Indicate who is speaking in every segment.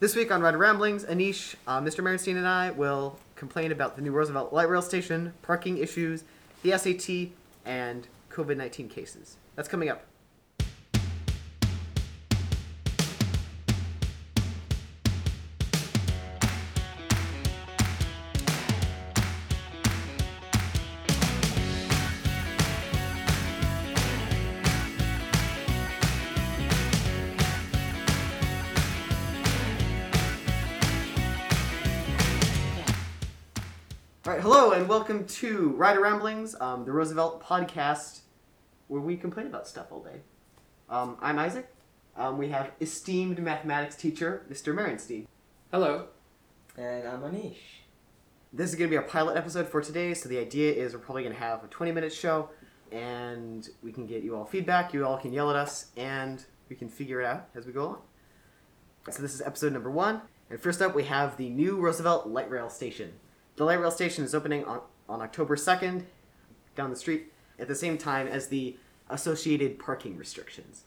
Speaker 1: This week on Ride Ramblings, Anish, uh, Mr. Merenstein, and I will complain about the new Roosevelt Light Rail Station, parking issues, the SAT, and COVID 19 cases. That's coming up. All right, hello and welcome to Rider Ramblings, um, the Roosevelt podcast, where we complain about stuff all day. Um, I'm Isaac. Um, we have esteemed mathematics teacher Mr. Merenstein.
Speaker 2: Hello.
Speaker 3: And I'm Anish.
Speaker 1: This is going to be our pilot episode for today, so the idea is we're probably going to have a 20 minute show, and we can get you all feedback. You all can yell at us, and we can figure it out as we go along. So this is episode number one, and first up we have the new Roosevelt Light Rail Station. The light rail station is opening on, on October 2nd down the street at the same time as the associated parking restrictions.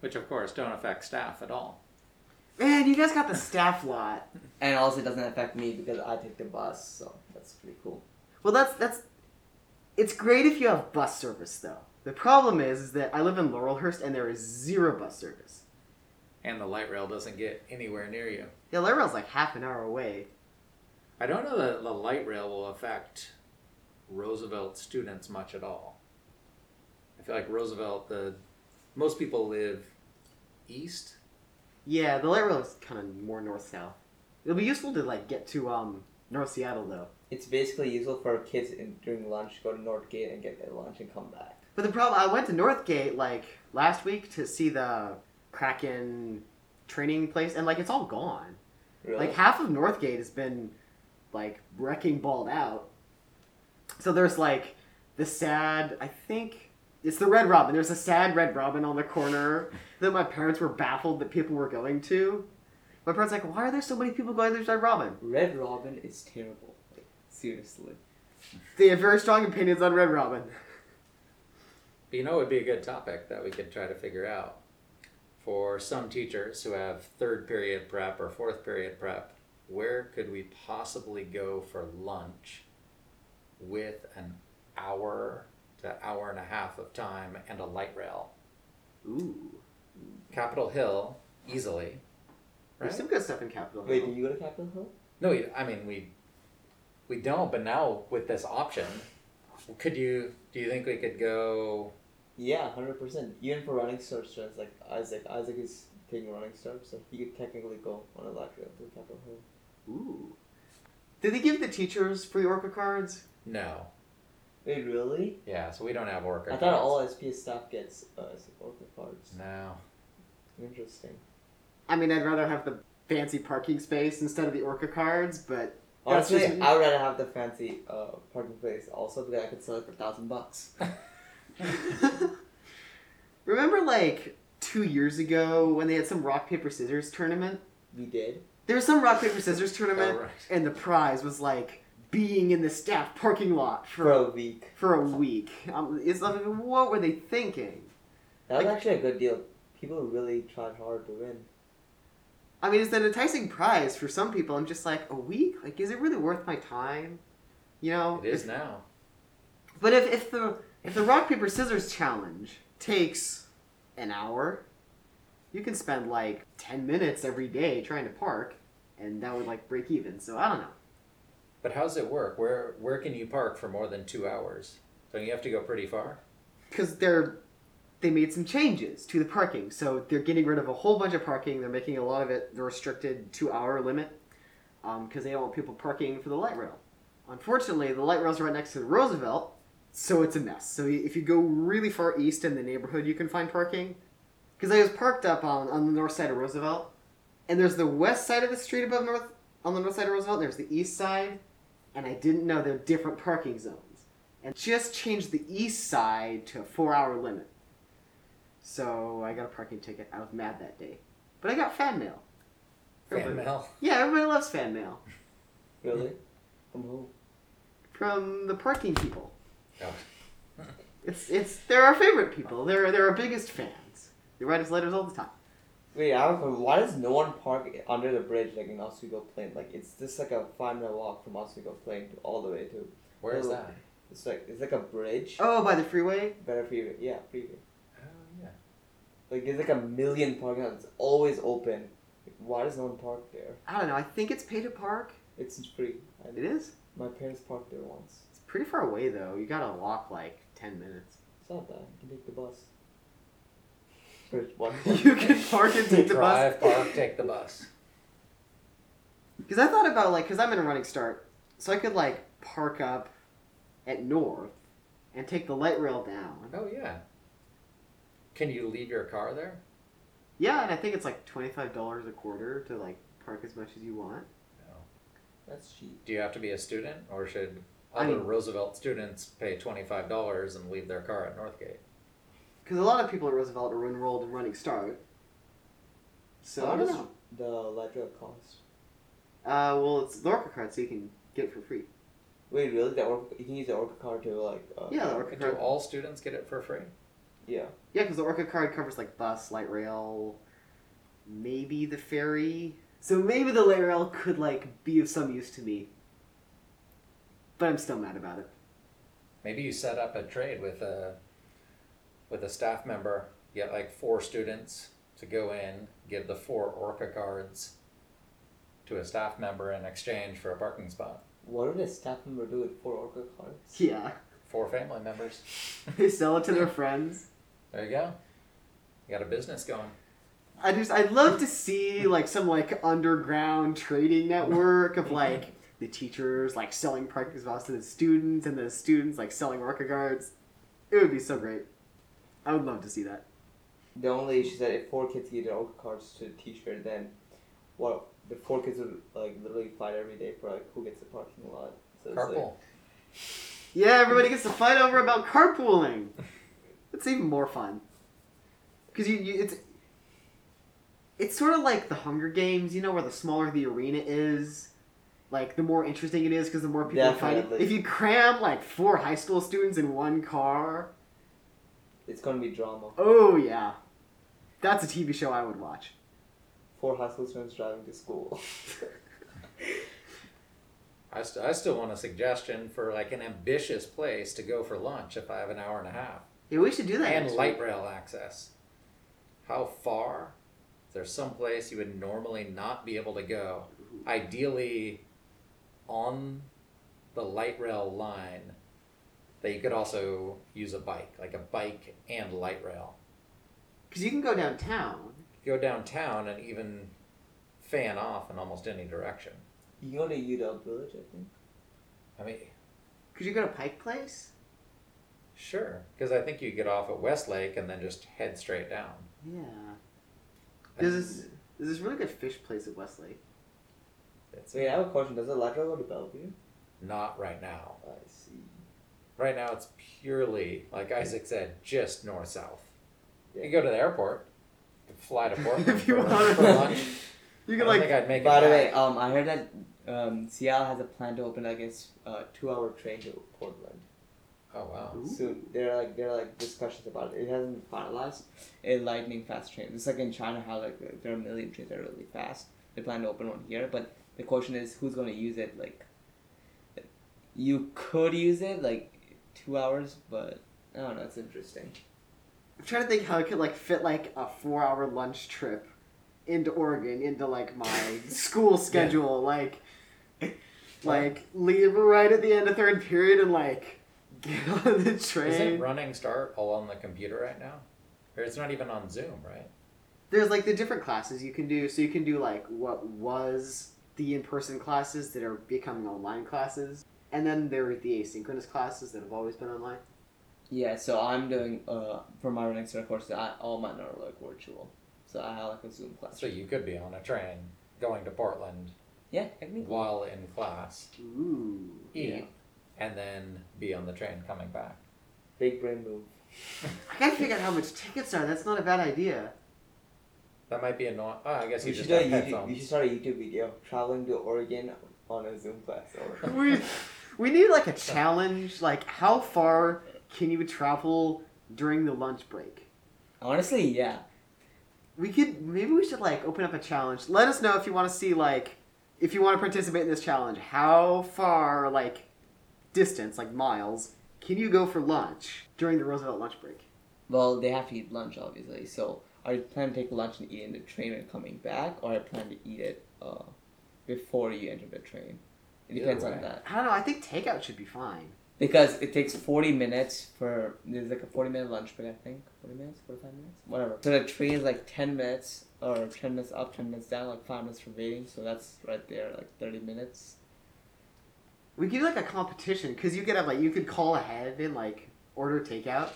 Speaker 2: Which, of course, don't affect staff at all.
Speaker 1: Man, you guys got the staff lot.
Speaker 3: And also it doesn't affect me because I take the bus, so that's pretty cool.
Speaker 1: Well, that's that's it's great if you have bus service though. The problem is, is that I live in Laurelhurst and there is zero bus service.
Speaker 2: And the light rail doesn't get anywhere near you.
Speaker 1: Yeah, light rail's like half an hour away.
Speaker 2: I don't know that the light rail will affect Roosevelt students much at all. I feel like Roosevelt, the most people live east.
Speaker 1: Yeah, the light rail is kind of more north south. It'll be useful to like get to um North Seattle though.
Speaker 3: It's basically useful for kids in, during lunch go to Northgate and get their lunch and come back.
Speaker 1: But the problem, I went to Northgate like last week to see the Kraken training place, and like it's all gone.
Speaker 3: Really?
Speaker 1: Like half of Northgate has been like wrecking balled out. So there's like the sad, I think it's the Red Robin. There's a sad Red Robin on the corner that my parents were baffled that people were going to. My parents like, why are there so many people going to this Red Robin?
Speaker 3: Red Robin is terrible. Like, seriously.
Speaker 1: They have very strong opinions on Red Robin.
Speaker 2: But you know, it would be a good topic that we could try to figure out for some teachers who have third period prep or fourth period prep. Where could we possibly go for lunch with an hour to hour and a half of time and a light rail?
Speaker 1: Ooh,
Speaker 2: Capitol Hill easily. Right?
Speaker 1: there's some good stuff in Capitol
Speaker 3: Wait,
Speaker 1: Hill.
Speaker 3: did you go to Capitol Hill?
Speaker 2: No, we- I mean we we don't. But now with this option, could you? Do you think we could go?
Speaker 3: Yeah, hundred percent. Even for running starts, just like Isaac. Isaac is taking running starts, so he could technically go on a light rail to Capitol Hill.
Speaker 1: Ooh, did they give the teachers free Orca cards?
Speaker 2: No.
Speaker 3: Wait, really?
Speaker 2: Yeah. So we don't have work.
Speaker 3: I thought all SPS staff gets uh, Orca cards.
Speaker 2: No.
Speaker 3: Interesting.
Speaker 1: I mean, I'd rather have the fancy parking space instead of the Orca cards, but That's
Speaker 3: Honestly,
Speaker 1: just-
Speaker 3: I would rather have the fancy uh, parking place also because I could sell it for thousand bucks.
Speaker 1: remember like two years ago when they had some rock paper scissors tournament.
Speaker 3: We did.
Speaker 1: There was some rock paper scissors tournament,
Speaker 2: Oh, right.
Speaker 1: and the prize was like being in the staff parking lot
Speaker 3: For
Speaker 1: for
Speaker 3: a week.
Speaker 1: for a week. Um, it's like, what were they thinking?
Speaker 3: That was
Speaker 1: Like-
Speaker 3: actually a good deal. People really tried hard to win.
Speaker 1: I mean, it's an enticing prize for some people. I'm just like a week. Like, is it really worth my time? You know,
Speaker 2: It is now.
Speaker 1: But if, if the if the rock paper scissors challenge takes an hour, you can spend like ten minutes every day trying to park, and that would like break even. So I don't know.
Speaker 2: But how's it work? Where where can you park for more than two hours? Don't you have to go pretty far?
Speaker 1: because they're they made some changes to the parking so they're getting rid of a whole bunch of parking they're making a lot of it the restricted two hour limit because they don't want people parking for the light rail unfortunately the light rail's right next to the roosevelt so it's a mess so y- if you go really far east in the neighborhood you can find parking because i was parked up on, on the north side of roosevelt and there's the west side of the street above north on the north side of roosevelt and there's the east side and i didn't know they're different parking zones and just changed the east side to a four hour limit. So I got a parking ticket. I was mad that day. But I got fan mail.
Speaker 2: Fan
Speaker 1: Everybody-
Speaker 2: mail.
Speaker 1: Yeah, everybody loves fan mail
Speaker 3: Really? From who?
Speaker 1: from the parking people.
Speaker 2: No.
Speaker 1: It's, it's, they're our favorite people. They're, they're our biggest fans. They write us letters all the time.
Speaker 3: Wait, I don't know. Why does no one park under the bridge like in Oswego Plain? Like it's just like a five minute walk from Oswego Plain to all the way to.
Speaker 2: Where is
Speaker 3: Oh.
Speaker 2: that?
Speaker 3: It's like it's like a bridge.
Speaker 1: Oh, by the freeway.
Speaker 3: Better freeway, yeah, freeway.
Speaker 2: Oh yeah.
Speaker 3: Like there's like a million parking lots. It's always open. Why does no one park there?
Speaker 1: I don't know. I think it's paid to park.
Speaker 3: It's free. I,
Speaker 1: It is.
Speaker 3: my parents parked there once.
Speaker 1: It's pretty far away though. You gotta walk like ten minutes.
Speaker 3: It's not bad. You can take the bus. Or walk-
Speaker 1: you can park and take the bus.
Speaker 2: Drive, park, take the bus.
Speaker 1: Because I thought about like, because I'm in a running start, so I could like park up at North and take the light rail down.
Speaker 2: Oh yeah. Can you leave your car there?
Speaker 1: Yeah, and I think it's like twenty five dollars a quarter to like park as much as you want.
Speaker 2: No.
Speaker 3: That's cheap.
Speaker 2: Do you have to be a student, or should
Speaker 1: I
Speaker 2: other
Speaker 1: mean-
Speaker 2: Roosevelt students pay twenty five dollars and leave their car at Northgate?
Speaker 1: Because a lot of people at Roosevelt are enrolled in running start. So
Speaker 3: How
Speaker 1: Oh, I don't
Speaker 3: does
Speaker 1: know.
Speaker 3: The light rail cost.
Speaker 1: Uh, well, it's the Orca card, so you can get it for free.
Speaker 3: Wait, really? The orca, you can use the Orca car to like. Uh,
Speaker 1: Yeah, the Orca
Speaker 2: Do
Speaker 1: card.
Speaker 2: all students get it for free?
Speaker 3: Yeah.
Speaker 1: Yeah, because the Orca card covers like bus, light rail, maybe the ferry. So maybe the light rail could like be of some use to me. But I'm still mad about it.
Speaker 2: Maybe you set up a trade with a with a staff member. You get like four students to go in, give the four Orca cards to a staff member in exchange for a parking spot.
Speaker 3: What would a staff member do with four Orca cars?
Speaker 1: Yeah,
Speaker 2: Four family members.
Speaker 1: they sell it to their friends.
Speaker 2: There you go. You got a business going.
Speaker 1: I just I'd love to see like some like underground trading network of like the teachers like selling practice spots to the students and the students like selling Orca guards. It would be so great. I would love to see that.
Speaker 3: The only issue is that if four kids get their Orca cards to a teacher, then what? The four kids would like literally fight every day for like who gets the parking lot. So it's, like,
Speaker 2: Carpool.
Speaker 1: Yeah, everybody gets to fight over about carpooling. It's even more fun because you, you it's it's sort of like the Hunger Games, you know, where the smaller the arena is, like the more interesting it is because the more people are fighting.
Speaker 3: Definitely.
Speaker 1: If you cram like four high school students in one car,
Speaker 3: It's gonna be drama.
Speaker 1: oh yeah, that's a TV show I would watch.
Speaker 3: Four high school students driving to school.
Speaker 2: I, st- I still want a suggestion for like an ambitious place to go for lunch if I have an hour and a half
Speaker 1: Yeah, we should do that.
Speaker 2: and
Speaker 1: next
Speaker 2: light
Speaker 1: week.
Speaker 2: rail access. How far? Is there some place you would normally not be able to go? Ideally, on the light rail line, that you could also use a bike, like a bike and light rail.
Speaker 1: Because you can go downtown.
Speaker 2: Go downtown and even fan off in almost any direction.
Speaker 3: you go to UW Village, I think.
Speaker 2: I mean,
Speaker 1: Could you go to Pike Place?
Speaker 2: Sure, because I think you get off at Westlake and then just head straight down.
Speaker 1: Yeah. There's this, there's this really good fish place at Westlake.
Speaker 2: It's
Speaker 3: Wait, I have a question. Does the lateral go to Bellevue?
Speaker 2: not right now.
Speaker 3: I see.
Speaker 2: Right now, it's purely like Isaac said, just north south. You
Speaker 3: Yeah.
Speaker 2: can go to the airport, you can fly to Portland
Speaker 1: If you
Speaker 2: for,
Speaker 1: want.
Speaker 2: for lunch.
Speaker 1: You can
Speaker 2: I don't
Speaker 1: like
Speaker 2: think I'd make
Speaker 3: By
Speaker 2: it
Speaker 3: the way,
Speaker 2: back.
Speaker 3: um, I heard that um, Seattle has a plan to open, I guess, a two-hour train to Portland
Speaker 2: Oh wow!
Speaker 1: Ooh.
Speaker 3: soon. There are like there are like discussions about it. It hasn't been finalized. A lightning fast train. It's like in China, how like there are a million trains that are really fast. They plan to open one here, but the question is who's going to use it. Like, you could use it like two hours, but I don't know. It's interesting.
Speaker 1: I'm trying to think how I could like fit like a four hour lunch trip into Oregon into like my school schedule. Like like leave right at the end of third period and like get on the
Speaker 2: Isn't
Speaker 1: train.
Speaker 2: running start all on the computer right now? Or it's not even on Zoom, right?
Speaker 1: There's like the different classes you can do. So you can do like what was the in person classes that are becoming online classes. And then there are the asynchronous classes that have always been online.
Speaker 3: Yeah, so I'm doing uh for my next year course. I, all mine are like virtual, so I have like a Zoom class.
Speaker 2: So you could be on a train going to Portland
Speaker 3: Yeah, I mean,
Speaker 2: while in class,
Speaker 1: Ooh.
Speaker 2: eat,
Speaker 3: Yeah.
Speaker 2: and then be on the train coming back.
Speaker 3: big brain move.
Speaker 1: I gotta figure out how much tickets are. That's not a bad idea.
Speaker 2: That might be annoying. Oh, I guess you
Speaker 3: We should,
Speaker 2: just
Speaker 3: do a
Speaker 2: have
Speaker 3: YouTube, we
Speaker 2: headphones.
Speaker 3: should start a YouTube video traveling to Oregon on a Zoom class. Or
Speaker 1: we, we need like a challenge. Like, how far can you travel during the lunch break?
Speaker 3: honestly, yeah,
Speaker 1: we could maybe we should like open up a challenge. Let us know if you want to see like if you want to participate in this challenge. How far like distance like miles can you go for lunch during the Roosevelt lunch break?
Speaker 3: Well, they have to eat lunch, obviously. So, are you planning to take lunch and eat in the train and coming back, or are you planning to eat it uh, before you enter the train? It
Speaker 2: Either
Speaker 3: depends
Speaker 2: way.
Speaker 3: on that
Speaker 1: I don't know. I think takeout should be fine.
Speaker 3: because it takes forty minutes for there's like a forty minute lunch break, I think forty minutes, forty five minutes, whatever. So the train is like ten minutes or ten minutes up, ten minutes down, like five minutes for waiting. So that's right there, like thirty minutes.
Speaker 1: We could do like a competition because you could have like you could call ahead and like order takeout,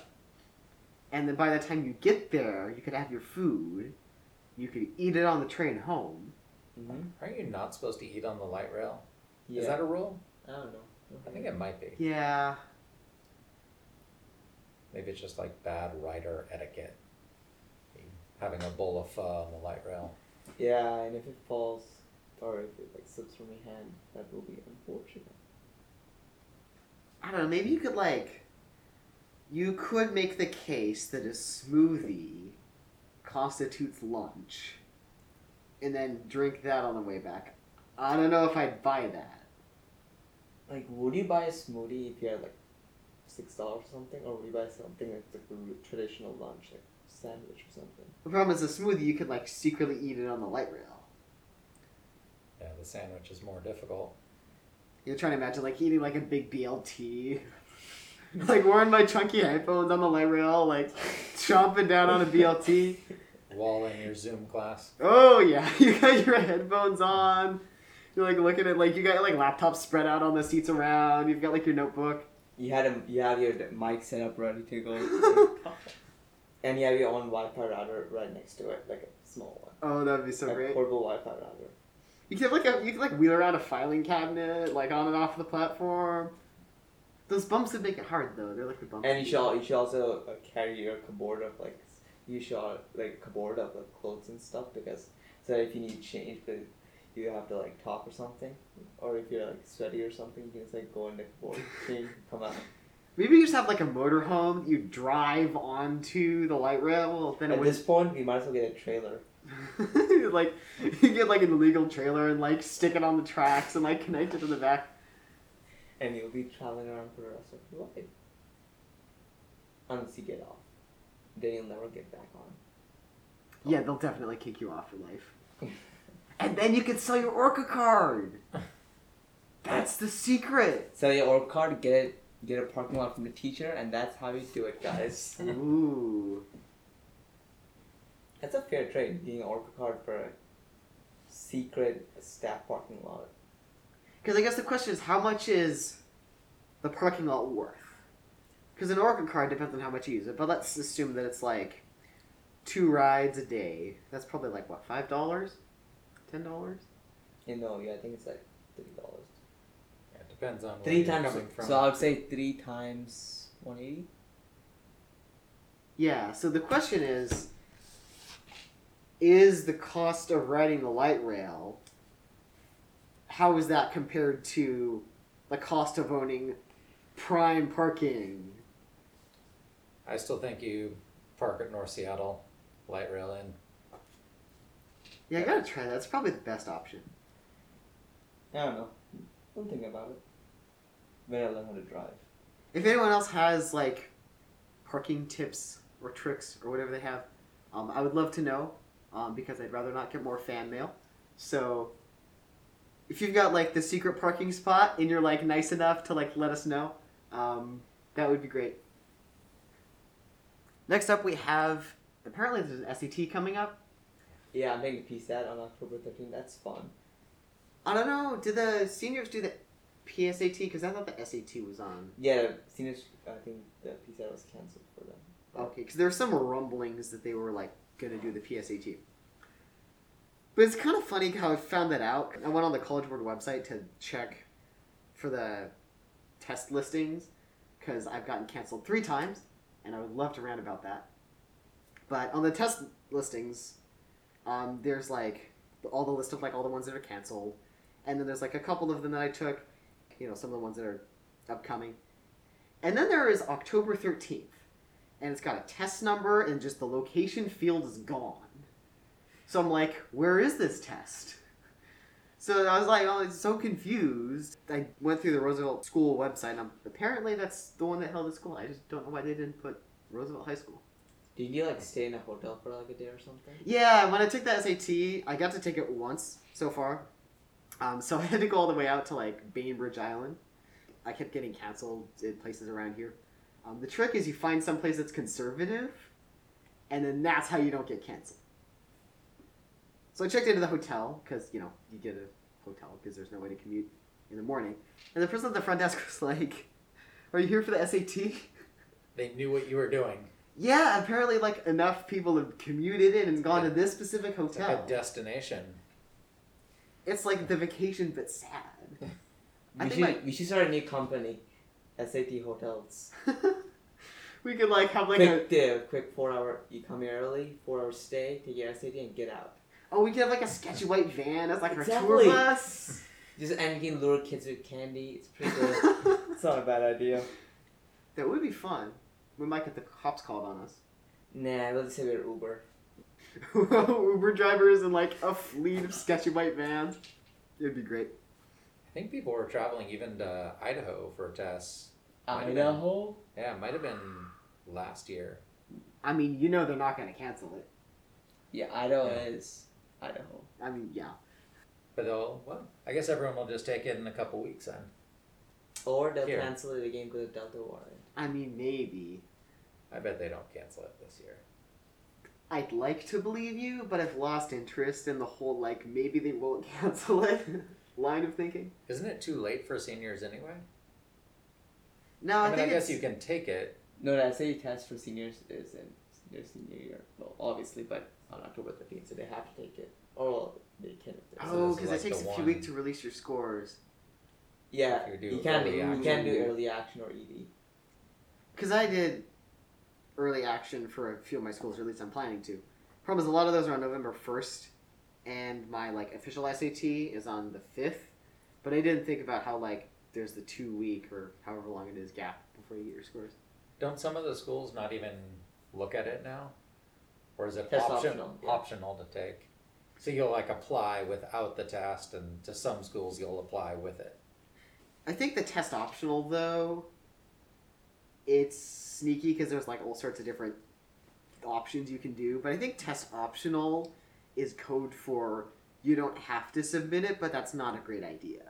Speaker 1: and then by the time you get there, you could have your food. You could eat it on the train home.
Speaker 3: Mm-hmm.
Speaker 2: Aren't you not supposed to eat on the light rail?
Speaker 3: Yeah,
Speaker 2: Is that a rule?
Speaker 3: I don't know.
Speaker 2: I think it might be.
Speaker 1: Yeah,
Speaker 2: Maybe it's just like bad rider etiquette. Having a bowl of pho on the light rail.
Speaker 3: Yeah, and if it falls or if it like slips from your hand, that will be unfortunate.
Speaker 1: I don't know. Maybe you could like, you could make the case that a smoothie constitutes lunch, and then drink that on the way back. I don't know if I'd buy that.
Speaker 3: Like, would you buy a smoothie if you had like six dollars or something, or would you buy something like the r- traditional lunch, like sandwich or something?
Speaker 1: The problem is a smoothie you could like secretly eat it on the light rail.
Speaker 2: Yeah, the sandwich is more difficult.
Speaker 1: You're trying to imagine like eating like a big BLT. like wearing my chunky headphones on the light rail, like chomping down on a BLT.
Speaker 2: While in your Zoom class.
Speaker 1: Oh yeah, you got your headphones on. You're like looking at like you got like laptops spread out on the seats around. You've got like your notebook.
Speaker 3: You had a you have your mic set up ready to
Speaker 1: Oh,
Speaker 3: go, and you have your own Wi-Fi router right next to it, like a small one,
Speaker 1: Oh, that'd be so
Speaker 3: like
Speaker 1: great.
Speaker 3: portable Wi-Fi router.
Speaker 1: You could have like a, you could like wheel around a filing cabinet like on and off the platform. Those bumps would make it hard though. They're like the bumps.
Speaker 3: And you
Speaker 1: that
Speaker 3: should al- you should also uh, carry your cupboard of like s- you should al- like cupboard of like clothes and stuff because so if you need change but you have to like talk or something or if you're like sweaty or something you can just like go in the cupboard change and come out.
Speaker 1: Maybe you just have like a motorhome you drive onto the light rail. Then it
Speaker 3: At
Speaker 1: would
Speaker 3: this point, we might as well get a trailer.
Speaker 1: like you get like an illegal trailer and like stick it on the tracks and like connect it to the back.
Speaker 3: and you'll be traveling around for the rest of your life. Unless you get off. Then you'll never get back on.
Speaker 1: Yeah, they'll definitely kick you off for life. And then you can sell your Orca card. That's the secret.
Speaker 3: Sell your orb card, get it, get a parking lot from the teacher, and that's how you do it, guys.
Speaker 1: Ooh.
Speaker 3: that's a fair trade, getting an orb card for a secret staff parking lot.
Speaker 1: Because I guess the question is, how much is the parking lot worth? Because an Orca card depends on how much you use it, but let's assume that it's like two rides a day. That's probably like what five dollars, ten dollars.
Speaker 3: You know, yeah, I think it's like three dollars.
Speaker 2: Yeah, It depends on where
Speaker 3: Three
Speaker 2: you're
Speaker 3: times.
Speaker 2: coming from.
Speaker 3: Oh, So I would say three times one eighty.
Speaker 1: Yeah, so the question is is the cost of riding the light rail how is that compared to the cost of owning prime parking?
Speaker 2: I still think you park at North Seattle, light rail in.
Speaker 1: Yeah, I gotta try that. It's probably the best option.
Speaker 3: I don't know. Don't think about it. When I learn how to drive.
Speaker 1: If anyone else has like parking tips or tricks or whatever they have, um, I would love to know um, because I'd rather not get more fan mail. So if you've got like the secret parking spot and you're like nice enough to like let us know, um, that would be great. Next up, we have apparently there's an SET coming up.
Speaker 3: Yeah, I'm taking a piece that on October thirteenth. That's fun.
Speaker 1: I don't know. Did the seniors do the PSAT? Because I thought the SAT was on.
Speaker 3: Yeah, seniors. I think the pizza was canceled for them.
Speaker 1: Okay, because there were some rumblings that they were like gonna do the PSAT. But it's kind of funny how I found that out. I went on the College Board website to check for the test listings because I've gotten canceled three times, and I would love to rant about that. But on the test listings, um, there's like all the list of like all the ones that are canceled, and then there's like a couple of them that I took, you know, some of the ones that are upcoming, and then there is October thirteenth and it's got a test number and just the location field is gone. So I'm like, where is this test? So I was like, oh, it's so confused. I went through the Roosevelt School website, and I'm- apparently that's the one that held the school. I just don't know why they didn't put Roosevelt High School.
Speaker 3: Did you like stay in a hotel for like a day or something?
Speaker 1: Yeah, when I took the SAT, I got to take it once so far. Um, so I had to go all the way out to like Bainbridge Island. I kept getting canceled in places around here. Um, the trick is you find some place that's conservative, and then that's how you don't get canceled. So I checked into the hotel because you know you get a hotel because there's no way to commute in the morning. And the person at the front desk was like, "Are you here for the SAT?"
Speaker 2: They knew what you were doing.
Speaker 1: Yeah, apparently like enough people have commuted in and gone to this specific
Speaker 2: It's like
Speaker 1: hotel.
Speaker 2: a destination.
Speaker 1: It's like the vacation, but sad. I
Speaker 3: we,
Speaker 1: think
Speaker 3: should,
Speaker 1: my-
Speaker 3: we should start a new company, SAT Hotels.
Speaker 1: we could like have like a
Speaker 3: quick dip, quick four hour. You come here early, four hour stay, take your SAT, and get out.
Speaker 1: oh, we could have like a sketchy white van as like our
Speaker 3: Exactly.
Speaker 1: tour bus.
Speaker 3: Just and you can lure kids with candy. It's pretty good. it's not a bad idea.
Speaker 1: that would be fun. We might get the cops called on us.
Speaker 3: Nah, let's say we're Uber.
Speaker 1: Uber drivers and like a fleet of sketchy white vans. It'd be great.
Speaker 2: I think people were traveling even to Idaho for tests. Might have been-
Speaker 3: Idaho.
Speaker 2: Yeah, it might have been last year.
Speaker 1: I mean, you know they're not gonna cancel it.
Speaker 3: Yeah, Idaho
Speaker 2: Yeah.
Speaker 3: is Idaho.
Speaker 1: I mean, yeah.
Speaker 2: But they'll, well, I guess everyone will just take it in a couple weeks then.
Speaker 3: Or they'll
Speaker 2: Here.
Speaker 3: cancel it again because of Delta variant.
Speaker 1: I mean, maybe.
Speaker 2: I bet they don't cancel it this year.
Speaker 1: I'd like to believe you, but I've lost interest in the whole like maybe they won't cancel it line of thinking.
Speaker 2: Isn't it too late for seniors anyway?
Speaker 1: No,
Speaker 2: I,
Speaker 1: I,
Speaker 2: mean, I
Speaker 1: think
Speaker 2: guess
Speaker 1: it's-
Speaker 2: you can take it.
Speaker 3: No, the SAT test for seniors is in their senior year. Well, obviously, but on October 13th, so they have to take it. Or well, they can.
Speaker 2: So
Speaker 1: Oh,
Speaker 2: this is
Speaker 1: because
Speaker 2: like
Speaker 1: it takes
Speaker 2: the
Speaker 1: a
Speaker 2: one.
Speaker 1: few weeks to release your scores.
Speaker 3: Yeah,
Speaker 2: You
Speaker 3: you,
Speaker 2: do
Speaker 3: can
Speaker 2: early
Speaker 3: do you
Speaker 1: action.
Speaker 3: can do early action or E ED.
Speaker 1: Because I did early action for a few of my schools, or at least I'm planning to. Problem is, a lot of those are on November 1st, and my like official SAT is on the 5th. But I didn't think about how like there's the two week or however long it is gap before you get your scores.
Speaker 2: Don't some of the schools not even look at it now? Or is it
Speaker 3: Test
Speaker 2: option,
Speaker 3: optional,
Speaker 2: optional,
Speaker 3: yeah.
Speaker 2: to take? So you'll like apply without the test, and to some schools you'll apply with it.
Speaker 1: I think the test optional though, it's sneaky because there's like all sorts of different options you can do. But I think test optional is code for you don't have to submit it, but that's not a great idea.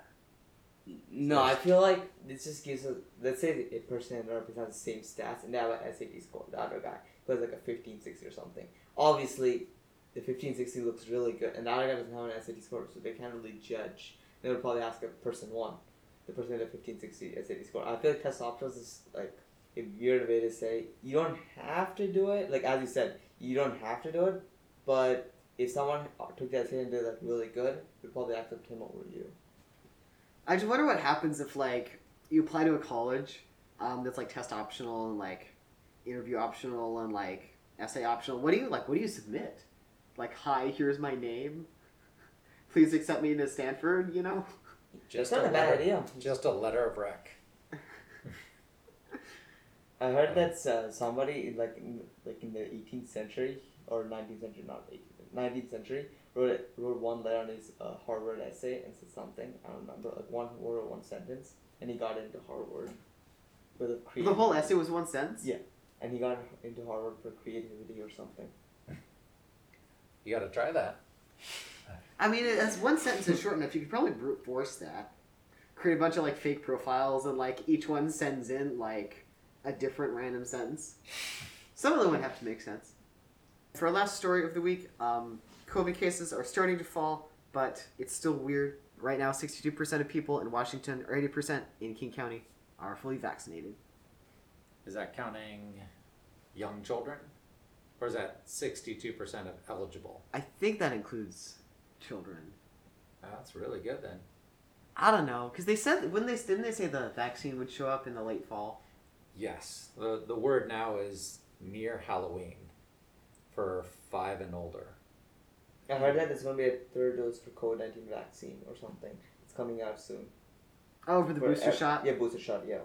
Speaker 3: No, I feel like this just gives us. Let's say a person represents the same stats, and they have an SAT score. The other guy who has like a 1560 or something. Obviously, the 1560 looks really good, and the other guy doesn't have an SAT score, so they can't really judge. They would probably ask a person one, the person with a 1560 SAT score. I feel like test options is like a weird way to say you don't have to do it. Like as you said, you don't have to do it, but if someone took the SAT and did like really good, we'd probably accept him over you.
Speaker 1: I just wonder what happens if like you apply to a college um, that's like test optional and like interview optional and like essay optional. What do you like? What do you submit? Like, hi, here's my name. Please accept me into Stanford. You know.
Speaker 2: Just
Speaker 3: not
Speaker 2: a
Speaker 3: a bad
Speaker 2: letter-
Speaker 3: idea.
Speaker 2: Just a letter of rec.
Speaker 3: I heard that uh, somebody in, like in, like in the 18th century or 19th century, not 18th, 19th century, wrote it- wrote one letter on his uh, Harvard essay and said something. I don't remember like one word or one sentence, and he got into Harvard for the creative.
Speaker 1: The whole essay was one sentence.
Speaker 3: Yeah. And he got into Harvard for creativity or something.
Speaker 2: You got to try that.
Speaker 1: I mean, as one sentence is short enough, you could probably brute force that. Create a bunch of like fake profiles, and like each one sends in like a different random sentence. Some of them would have to make sense. For our last story of the week, um, COVID cases are starting to fall, but it's still weird. Right now, 62% of people in Washington or 80% in King County are fully vaccinated.
Speaker 2: Is that counting young children? Or is that 62% of eligible?
Speaker 1: I think that includes children.
Speaker 2: That's really good then.
Speaker 1: I don't know, because they said when they didn't they say the vaccine would show up in the late fall.
Speaker 2: Yes. The, the word now is near Halloween for five and older.
Speaker 3: I heard that there's gonna be a third dose for COVID 19 vaccine or something. It's coming out soon.
Speaker 1: Oh, for the
Speaker 3: For
Speaker 1: booster
Speaker 3: ev-
Speaker 1: shot.
Speaker 3: Yeah, booster shot. Yeah.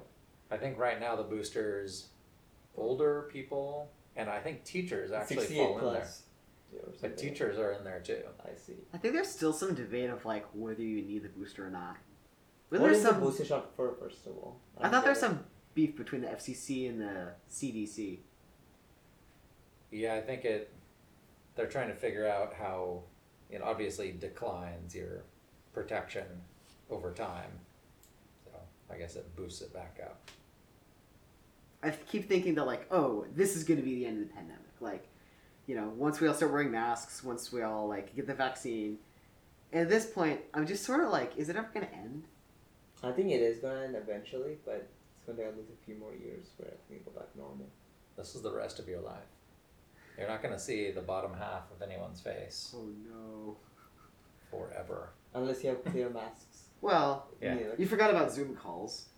Speaker 2: I think right now the boosters, older people, and I think teachers actually
Speaker 3: 68
Speaker 2: fall in there.
Speaker 3: plus. Yeah, or something.
Speaker 2: But teachers are in there too.
Speaker 3: I see.
Speaker 1: I think there's still some debate of like whether you need the booster or not. But
Speaker 3: What
Speaker 1: there's
Speaker 3: is the
Speaker 1: some.
Speaker 3: booster shot for, first of all?
Speaker 1: I thought there's
Speaker 3: some.
Speaker 1: some beef between the FCC and the CDC.
Speaker 2: Yeah, I think it. They're trying to figure out how it obviously declines your protection over time. So I guess it boosts it back up.
Speaker 1: I keep thinking that like, oh, this is going to be the end of the pandemic. Like, you know, once we all start wearing masks, once we all like get the vaccine. And at this point, I'm just sort of like, is it ever going to end?
Speaker 3: I think it is gonna end eventually, but it's gonna take at least a few more years for everything to go back normal.
Speaker 2: This is the rest of your life. You're not going to see the bottom half of anyone's face
Speaker 1: Oh no.
Speaker 2: forever.
Speaker 3: Unless you have clear masks.
Speaker 1: Well,
Speaker 2: Yeah.
Speaker 3: You know, like-
Speaker 1: you forgot about Zoom calls.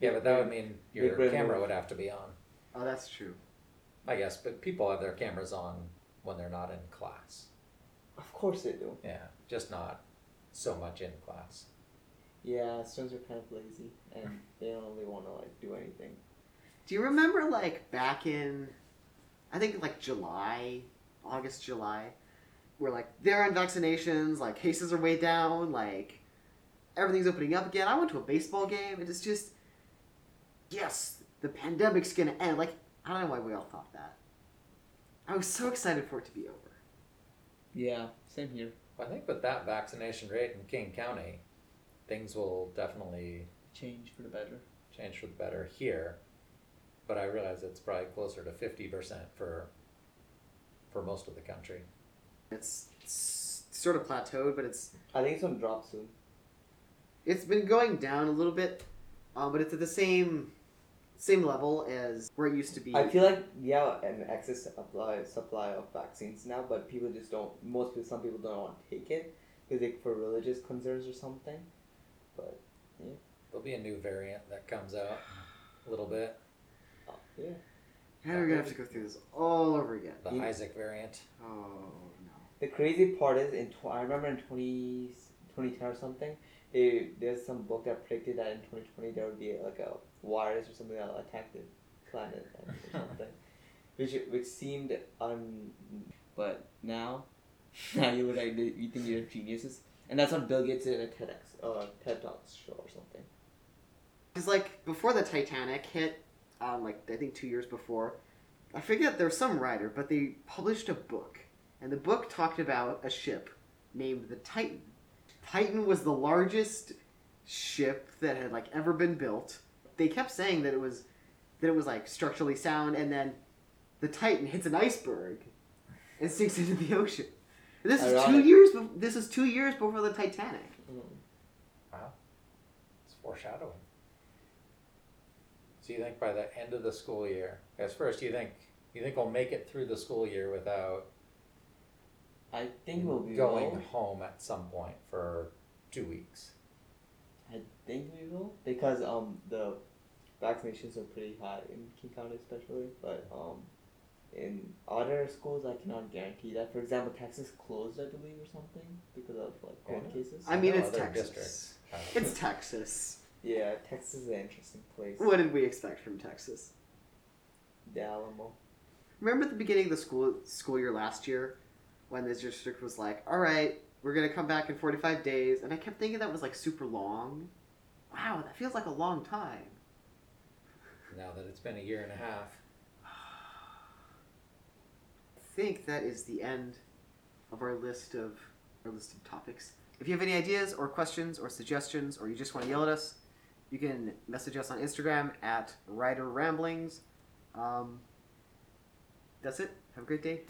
Speaker 2: Yeah, but that would mean your
Speaker 3: Big red
Speaker 2: camera
Speaker 3: move.
Speaker 2: would have to be on,
Speaker 1: Oh, that's true.
Speaker 2: I guess. But people have their cameras on when they're not in class.
Speaker 3: of course they do.
Speaker 2: Yeah, just not so much in class.
Speaker 3: Yeah, students are kind of lazy and they don't really want to like do anything.
Speaker 1: Do you remember like back in, I think like July, August, July, where like they're on vaccinations, like cases are way down, like everything's opening up again. I went to a baseball game and it's just, yes, the pandemic's gonna end. Like I don't know why we all thought that. I was so excited for it to be over.
Speaker 3: Yeah, same here.
Speaker 2: I think with that vaccination rate in King County, things will definitely
Speaker 3: Change for the better.
Speaker 2: change for the better here. But I realize it's probably closer to fifty percent for for most of the country.
Speaker 1: It's, it's sort of plateaued, but it's
Speaker 3: I think it's gonna drop soon.
Speaker 1: It's been going down a little bit, um, but it's at the same same level as where it used to be.
Speaker 3: I feel like yeah, an excess supply supply of vaccines now, but people just don't. Most people, some people don't want to take it because like for religious concerns or something. But
Speaker 2: There'll be a new variant that comes out a little bit,
Speaker 3: uh, yeah,
Speaker 1: now we're gonna have to go through this all over again.
Speaker 2: the
Speaker 3: You-
Speaker 2: Isaac variant.
Speaker 1: Oh no!
Speaker 3: The crazy part is in tw- I remember in 20, 2010 or something, they, there's some book that predicted that in twenty twenty there would be like a virus or something that'll attack the planet or something, which which seemed un. But now, now you would like you think you're geniuses, and that's what Bill Gates did at a TEDx or TED Talks show or something.
Speaker 1: Because like before the Titanic hit, um, like I think two years before, I forget there was some writer, but they published a book, and the book talked about a ship named the Titan. Titan was the largest ship that had like ever been built. They kept saying that it was that it was like structurally sound, and then the Titan hits an iceberg and sinks into the ocean. This is
Speaker 3: Ironic.
Speaker 1: two years. Be- this is two years before the Titanic.
Speaker 2: It's foreshadowing. So you think by the end of the school year, as first you think you think we'll make it through the school year without
Speaker 3: I think we'll be
Speaker 2: going
Speaker 3: Will.
Speaker 2: home at some point for two weeks.
Speaker 3: I think we will because um the vaccinations are pretty high in King County especially, but um in other schools I cannot guarantee that. For example, Texas closed I believe or something because of like COVID
Speaker 2: Yeah.
Speaker 3: cases.
Speaker 1: I mean,
Speaker 2: know
Speaker 1: it's
Speaker 2: other
Speaker 1: Texas.
Speaker 2: districts have-
Speaker 1: It's Texas.
Speaker 3: yeah, Texas is an interesting place.
Speaker 1: What did we expect from Texas?
Speaker 3: The Alamo.
Speaker 1: Remember at the beginning of the school school year last year, when this district was like, "All right, we're gonna come back in forty five days," and I kept thinking that was like super long. Wow, that feels like a long time.
Speaker 2: now that it's been a year and a half.
Speaker 1: I think that is the end of our list of our list of topics. If you have any ideas or questions or suggestions, or you just want to yell at us, you can message us on Instagram at Rider Ramblings. Um, that's it. Have a great day.